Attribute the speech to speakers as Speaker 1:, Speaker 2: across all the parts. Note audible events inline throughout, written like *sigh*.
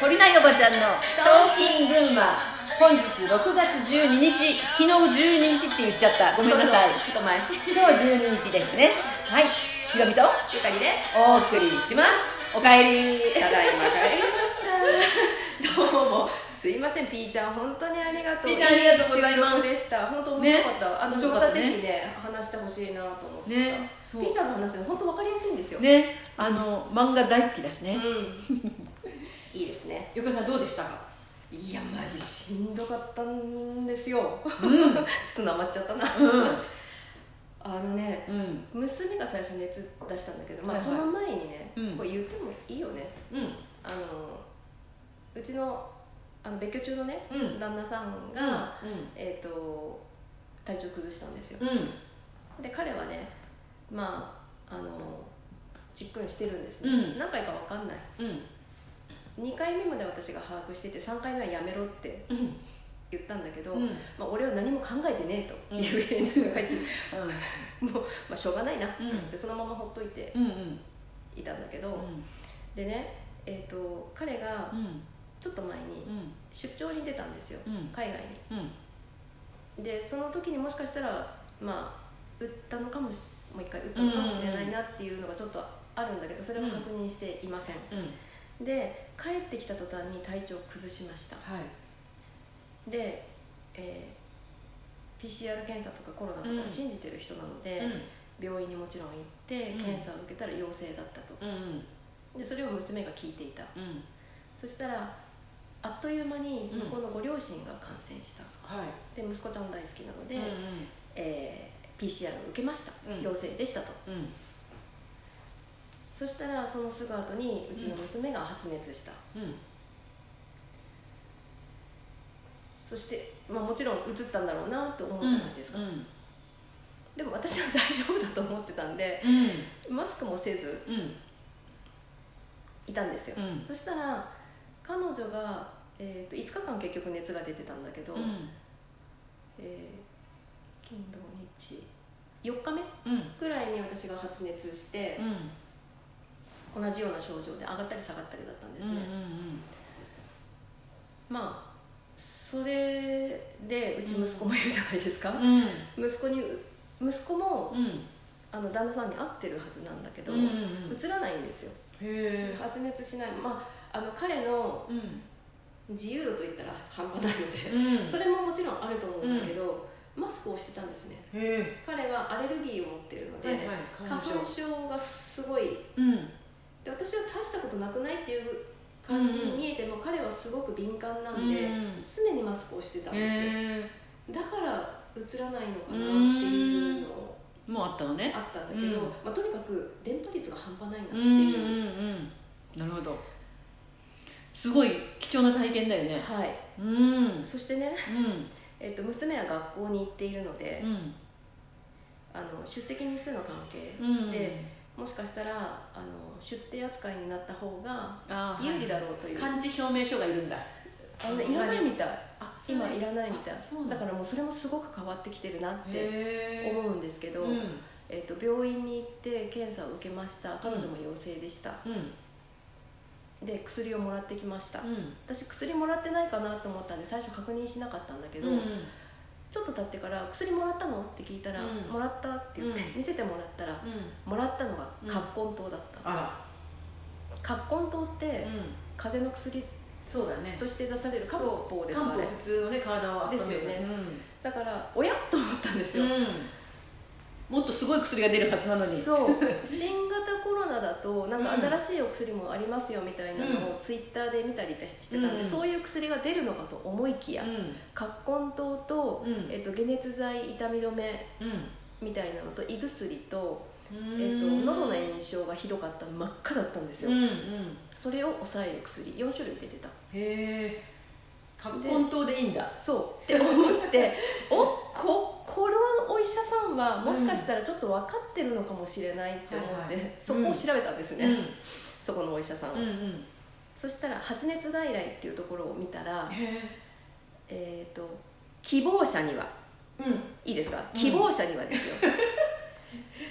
Speaker 1: 堀名よばちゃんのトーキングンマ本日6月12日昨日12日って言っちゃったごめんなさい
Speaker 2: ちょっと前ゆ
Speaker 1: 今日12日ですねはいひろみと
Speaker 2: かりで
Speaker 1: お送りしますおかえり
Speaker 2: ただいま帰りましたどうもすいませんピーちゃん本当にありがとう
Speaker 1: ピーちゃんありがとうございます
Speaker 2: いい収録でした本当面白かった、あの
Speaker 1: 面白か
Speaker 2: ま
Speaker 1: った
Speaker 2: た
Speaker 1: ね
Speaker 2: ぜひね話してほしいなと思ってた、
Speaker 1: ねそう
Speaker 2: ピーちゃんの話は本当わかりやすいんですよ、
Speaker 1: ねあの漫画大好きだし
Speaker 2: う
Speaker 1: ね
Speaker 2: ん
Speaker 1: *laughs*
Speaker 2: いいですね
Speaker 1: よこさんどうでしたか
Speaker 2: いやマジしんどかったんですよ *laughs* ちょ
Speaker 1: うん
Speaker 2: っとなまっちゃったな
Speaker 1: う
Speaker 2: あのね
Speaker 1: んうん
Speaker 2: 娘が最初熱出したんだけど、まあ、
Speaker 1: はい
Speaker 2: そ
Speaker 1: はい
Speaker 2: の前にね、
Speaker 1: うん
Speaker 2: これ言ってもいいよね
Speaker 1: うん
Speaker 2: あのうちのあの別居中のね、
Speaker 1: うん
Speaker 2: 旦那さんが、えー、と体調崩したんですよ
Speaker 1: うんうん
Speaker 2: で彼はねまああのちっくんしてるんですね、
Speaker 1: うん
Speaker 2: 何回か分かんない
Speaker 1: うん
Speaker 2: 2回目まで私が把握してて3回目はやめろって
Speaker 1: うん
Speaker 2: 言ったんだけど、
Speaker 1: うん
Speaker 2: まあ、俺は何も考えてねえという返信が書いてきて、もう、まあ、しょうがないなって、
Speaker 1: うん
Speaker 2: でそのままほっといて
Speaker 1: うんうん
Speaker 2: いたんだけど、でね、えー、と彼がちょっと前に出張に出たんですよ海外にでその時にもしかしたらまあ打ったのかもしもう一回打ったのかもしれないなっていうのがちょっとあるんだけどそれは確認していません、で帰ってきた途端に体調を崩しました
Speaker 1: はい
Speaker 2: で、えー PCR 検査とかコロナとかを信じてる人なので、病院にもちろん行って
Speaker 1: うん
Speaker 2: 検査を受けたら陽性だったと
Speaker 1: うんうん
Speaker 2: でそれを娘が聞いていた
Speaker 1: うん
Speaker 2: そしたらあっという間に
Speaker 1: うん
Speaker 2: 向こうのご両親が感染した、
Speaker 1: はい
Speaker 2: で息子ちゃん大好きなので、
Speaker 1: うん
Speaker 2: えー PCR を受けました、
Speaker 1: うん
Speaker 2: 陽性でしたと
Speaker 1: うんうん
Speaker 2: そしたらそのすぐ後にうちの娘が発熱した、
Speaker 1: うん
Speaker 2: そして、まあ、もちろん移ったんだろうなって思
Speaker 1: う
Speaker 2: うんじゃないですか、
Speaker 1: うん
Speaker 2: でも私は大丈夫だと思ってたんで
Speaker 1: うん
Speaker 2: マスクもせず
Speaker 1: うん
Speaker 2: いたんですよ、
Speaker 1: うん
Speaker 2: そしたら彼女が、えー、と5日間結局熱が出てたんだけど、
Speaker 1: うん
Speaker 2: えー金土日4日目ぐらいに私が発熱して、同じような症状で上がったり下がったりだったんですね、まあそれでうち息子もいるじゃないですか、息子に息子もあの旦那さんに会ってるはずなんだけど、うつらないんですよ発熱しないまああの彼の自由度といったら半端ないので、それももちろんあると思うんだけど、マスクをしてたんですね彼はアレルギーを持ってるので、花粉症がすごいで私は大したことなくないっていう感じに見えても、彼はすごく敏感なんで、常にマスクをしてたんですよ、だから映らないのかなっていうのを
Speaker 1: もうあったのね
Speaker 2: あったんだけど、
Speaker 1: うん
Speaker 2: まあ、とにかく電波率が半端ないなって
Speaker 1: うん
Speaker 2: いう、
Speaker 1: うんうんなるほどすごい貴重な体験だよね
Speaker 2: はい
Speaker 1: うんうん
Speaker 2: そしてね、えっと娘は学校に行っているので、
Speaker 1: うん
Speaker 2: あの出席日数の関係、
Speaker 1: うん
Speaker 2: でもしかしたらあの出廷扱いになった方が
Speaker 1: あー
Speaker 2: 有利だろうという、
Speaker 1: はい、感知証明書がいるんだ
Speaker 2: あのねいらないみたい
Speaker 1: あ
Speaker 2: 今いらないみたい
Speaker 1: あそうなんだ
Speaker 2: だからもうそれもすごく変わってきてるなって
Speaker 1: へ
Speaker 2: 思うんですけ
Speaker 1: え
Speaker 2: ど、
Speaker 1: うん
Speaker 2: えっと病院に行って検査を受けました彼女も陽性でした、
Speaker 1: うん
Speaker 2: で薬をもらってきました、
Speaker 1: うん
Speaker 2: 私薬もらってないかなと思ったんで最初確認しなかったんだけど、
Speaker 1: うん
Speaker 2: ちょっと経ってから「薬もらったの?」って聞いたら「
Speaker 1: うん
Speaker 2: もらった」って言って、
Speaker 1: う
Speaker 2: 見せてもらったら
Speaker 1: うん
Speaker 2: もらったのが
Speaker 1: うん
Speaker 2: 葛根糖だった
Speaker 1: あ
Speaker 2: 葛根糖って、
Speaker 1: らうん
Speaker 2: 風邪の薬
Speaker 1: そうだね
Speaker 2: として出される漢
Speaker 1: そう
Speaker 2: 方です
Speaker 1: 漢
Speaker 2: か
Speaker 1: 方
Speaker 2: ら
Speaker 1: 普通のね体を温める
Speaker 2: ですよ
Speaker 1: ね
Speaker 2: だから「おや?」と思ったんです
Speaker 1: うん
Speaker 2: よ、
Speaker 1: うんもっとすごい薬が出るはずなのに
Speaker 2: そう *laughs* 新型コロナだとなんか新しいお薬もありますよみたいなのをツイッターで見たりしてたんで、
Speaker 1: うん
Speaker 2: そういう薬が出るのかと思いきや
Speaker 1: うん
Speaker 2: 葛根糖と、
Speaker 1: うん
Speaker 2: えっと解熱剤痛み止め
Speaker 1: うん
Speaker 2: みたいなのと胃薬と,、
Speaker 1: え
Speaker 2: えー、と喉の炎症がひどかった真っ赤だったんですよ、
Speaker 1: うんうん
Speaker 2: それを抑える薬4種類出てた
Speaker 1: へえ葛根糖でいいんだ
Speaker 2: そうって思っておここのお医者さんはもしかしたらちょっと分かってるのかもしれないって思っ
Speaker 1: はいはい
Speaker 2: て、そこを調べたんですね、そこのお医者さんを、
Speaker 1: うんうん
Speaker 2: そしたら発熱外来っていうところを見たら、
Speaker 1: へ
Speaker 2: えー、と希望者には
Speaker 1: え
Speaker 2: いいですか、
Speaker 1: うん
Speaker 2: 希望者にはです
Speaker 1: *laughs*
Speaker 2: よ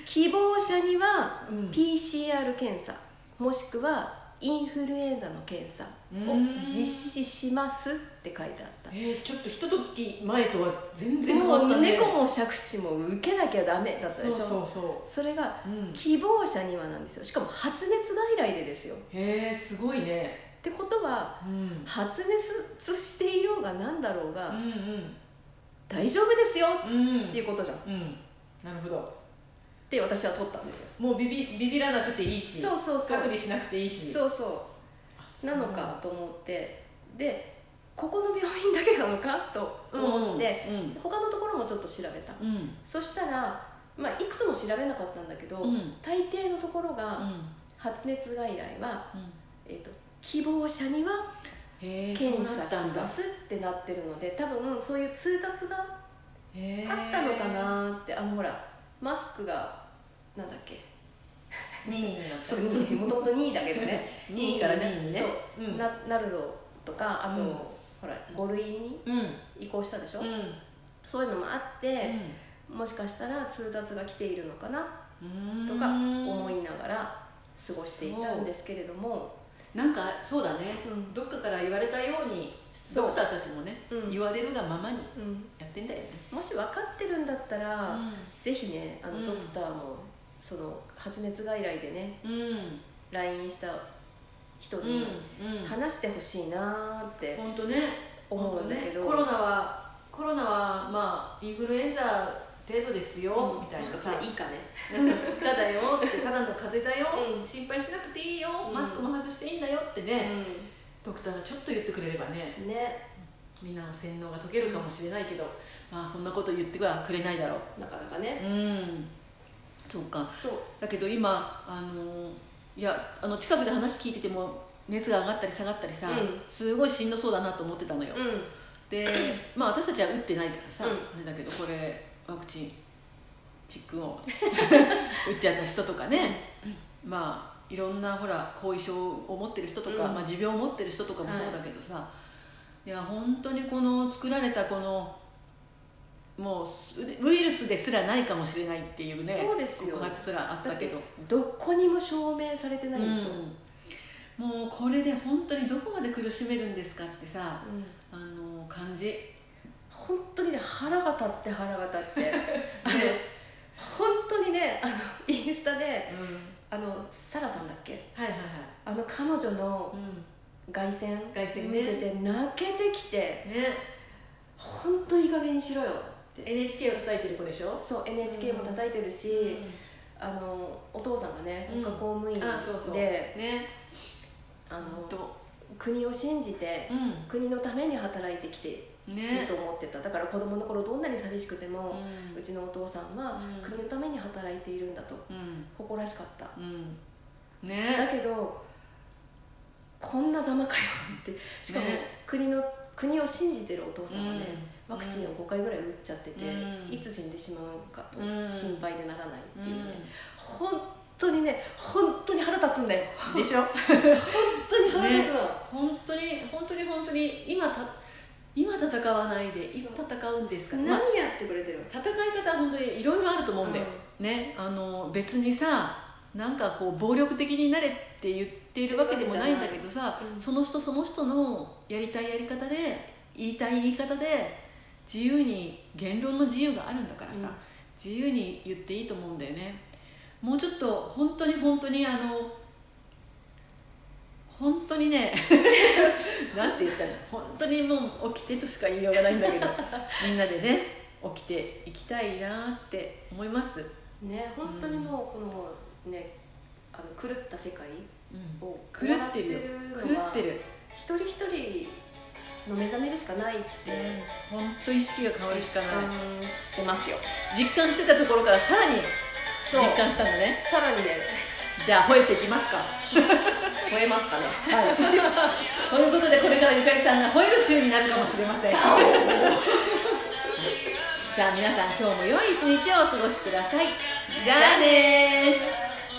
Speaker 2: 希望者には
Speaker 1: うん
Speaker 2: PCR 検査もしくはインフルエンザの検査を実施しますって書いてあった
Speaker 1: えー、ちょっとひととき前とは全然変わ
Speaker 2: も
Speaker 1: った
Speaker 2: う
Speaker 1: ね
Speaker 2: 猫も借地も受けなきゃダメだった
Speaker 1: そう
Speaker 2: でしょ
Speaker 1: そうそ
Speaker 2: それが
Speaker 1: う、うん、
Speaker 2: 希望者にはなんですよしかも発熱外来でですよ
Speaker 1: へえすごいね、
Speaker 2: ってことは
Speaker 1: うん、
Speaker 2: 発熱していようが何だろうが、
Speaker 1: う
Speaker 2: 大丈夫ですよ
Speaker 1: んうんうん
Speaker 2: っていうことじゃんっ
Speaker 1: うんなるほど
Speaker 2: て私は取ったんですよ
Speaker 1: もうビビビビらなくていいし
Speaker 2: そうそうそう
Speaker 1: 隔離しなくていいし
Speaker 2: そうそ
Speaker 1: あ
Speaker 2: う
Speaker 1: そ
Speaker 2: な
Speaker 1: う
Speaker 2: のかと思ってでここの病院だけなのかと思って、
Speaker 1: うん
Speaker 2: 他のところもちょっと調べた
Speaker 1: うん
Speaker 2: そしたら、まあ、いくつも調べなかったんだけど、
Speaker 1: うん
Speaker 2: 大抵のところ
Speaker 1: う
Speaker 2: が
Speaker 1: ん
Speaker 2: 発熱外来は、
Speaker 1: うん
Speaker 2: えー、と希望者には
Speaker 1: へえ
Speaker 2: 検
Speaker 1: そ
Speaker 2: 査
Speaker 1: うなっ
Speaker 2: した
Speaker 1: んだ
Speaker 2: ますってなってるので多分そういう通達が
Speaker 1: へえ
Speaker 2: あったのかなってあのほらマスクがなんだっけ
Speaker 1: 2位になった
Speaker 2: そうもともと2位だけど *laughs* ね
Speaker 1: 2位から2位にね
Speaker 2: そう、
Speaker 1: うん
Speaker 2: ななるのとかあと、
Speaker 1: うん
Speaker 2: ほら5類に
Speaker 1: うんうん
Speaker 2: 移行したでしょ、
Speaker 1: うん
Speaker 2: そういうのもあって、もしかしたら通達が来ているのかな
Speaker 1: うん
Speaker 2: とか思いながら過ごしていたんですけれども
Speaker 1: なんかそうだね
Speaker 2: うん
Speaker 1: どっかから言われたように
Speaker 2: そ
Speaker 1: ド
Speaker 2: う
Speaker 1: クターたちもね
Speaker 2: うん
Speaker 1: 言われるがままに
Speaker 2: うん
Speaker 1: やってんだよね
Speaker 2: もし分かってるんだったら、ぜひねあ
Speaker 1: う
Speaker 2: の
Speaker 1: ん
Speaker 2: ドクターも、その発熱外来でね
Speaker 1: うんうん
Speaker 2: LINE した人
Speaker 1: う
Speaker 2: に
Speaker 1: ん
Speaker 2: 話してほしいなーって
Speaker 1: 本当ね
Speaker 2: 思うんだけど、
Speaker 1: 本当ね、コロナはコロナはまあインフルエンザ程度ですよ、みたいな
Speaker 2: もしか
Speaker 1: さ
Speaker 2: したらいいかね
Speaker 1: 「ただよ」って「ただの風邪だよ、
Speaker 2: うん
Speaker 1: 心配しなくていいよ、
Speaker 2: うん
Speaker 1: マスクも外していいんだよ」ってね、ドクターがちょっと言ってくれればね
Speaker 2: うんね
Speaker 1: みんなの洗脳が解けるかもしれないけど、まあそんなこと言ってはくれないだろう
Speaker 2: なかなかね
Speaker 1: うんそうか
Speaker 2: そう
Speaker 1: だけど今あのいやあの近くで話聞いてても熱が上がったり下がったりさ、
Speaker 2: うん
Speaker 1: すごいしんどそうだなと思ってたのよ、
Speaker 2: うん
Speaker 1: でまあ私たちは打ってないからさ、
Speaker 2: うん
Speaker 1: あれだけどこれワクチンチックンを *laughs* 打っちゃった人とかね、まあいろんなほら後遺症を持ってる人とか、
Speaker 2: うん
Speaker 1: まあ、持病を持ってる人とかもそうだけどさ、い、や本当にこの作られたこのもうウイルスですらないかもしれないっていうね
Speaker 2: そうですよ
Speaker 1: 告発すらあっ
Speaker 2: だ
Speaker 1: た
Speaker 2: っ
Speaker 1: け
Speaker 2: て
Speaker 1: ど。
Speaker 2: どこにも証明されてないんでしょ、
Speaker 1: うんもうこれで本当にどこまで苦しめるんですかってさ
Speaker 2: うん
Speaker 1: あの感じ
Speaker 2: 本当にね腹が立って腹が立って *laughs* あの本当にねあのインスタであのサラさんだっけ
Speaker 1: はいはいはい。
Speaker 2: あの彼女の
Speaker 1: う
Speaker 2: 凱旋
Speaker 1: 凱旋ね
Speaker 2: 見てて泣けてきて
Speaker 1: ん。ね。
Speaker 2: 本当いい加減にしろよって
Speaker 1: NHK を叩いてる子でしょ。
Speaker 2: そう NHK も叩いてるし、
Speaker 1: う
Speaker 2: あのお父さんがね
Speaker 1: うん
Speaker 2: 国家公務員
Speaker 1: ん
Speaker 2: で、
Speaker 1: あ、そうそう。ね。
Speaker 2: あの
Speaker 1: と。
Speaker 2: 国を信じて
Speaker 1: う
Speaker 2: 国のために働いてきている
Speaker 1: ん。ね
Speaker 2: と。思ってただから子供の頃どんなに寂しくても、う
Speaker 1: う
Speaker 2: ちのお父さんは
Speaker 1: うん
Speaker 2: 国のために働いているんだと
Speaker 1: ん。
Speaker 2: 誇らしかった
Speaker 1: うん。
Speaker 2: だ
Speaker 1: ね。
Speaker 2: けどこんなざまかよってしかも
Speaker 1: ね
Speaker 2: 国の国を信じてるお父
Speaker 1: う
Speaker 2: さんはね、ワクチン
Speaker 1: を。
Speaker 2: を5回ぐらい打っちゃってて、
Speaker 1: うん
Speaker 2: いつ死んでしまうかと
Speaker 1: うん
Speaker 2: 心配でならないっていうね、
Speaker 1: う
Speaker 2: 本当にね本当に腹立つんだよ
Speaker 1: ん。でしょ。
Speaker 2: 本当に腹立つの、
Speaker 1: 本当に、本当に、本当に、今た。今戦わないで、いつ戦うんですか。まあ
Speaker 2: 何やってくれてるの
Speaker 1: 戦い方は本当にいろいろあると思うんだよ。ね、あの別にさなんかこう暴力的になれって言っているわけでもないんだけどさ、
Speaker 2: うん
Speaker 1: その人その人のやりたいやり方で言いたい言い方で自由に言論の自由があるんだからさ、
Speaker 2: うん
Speaker 1: 自由に言っていいと思うんだよねもうちょっと本当に本当にあの本当にね *laughs* なんて言ったの本当にもう起きてとしか言いようがないんだけどみんなでね起きていきたいなって思います、
Speaker 2: ね本当にもうこのねあの狂った世界
Speaker 1: うん
Speaker 2: を
Speaker 1: 狂ってるよ
Speaker 2: 終
Speaker 1: 狂
Speaker 2: わら
Speaker 1: っ
Speaker 2: せ
Speaker 1: て
Speaker 2: る
Speaker 1: る
Speaker 2: のが一人一人の目覚めでしかないって
Speaker 1: 本当意識が変わるしかない
Speaker 2: 感してますよ
Speaker 1: 実感してたところからさらに
Speaker 2: そ
Speaker 1: 実
Speaker 2: う
Speaker 1: 感したのね
Speaker 2: さらにね
Speaker 1: じゃあ吠えていきます *laughs* か
Speaker 2: 超えますかね
Speaker 1: *laughs* はいということでこれからゆかりさんが吠える週になるかもしれません *laughs* じゃあ皆さん今日も良い一日をお過ごしください
Speaker 2: じゃあねー
Speaker 1: ー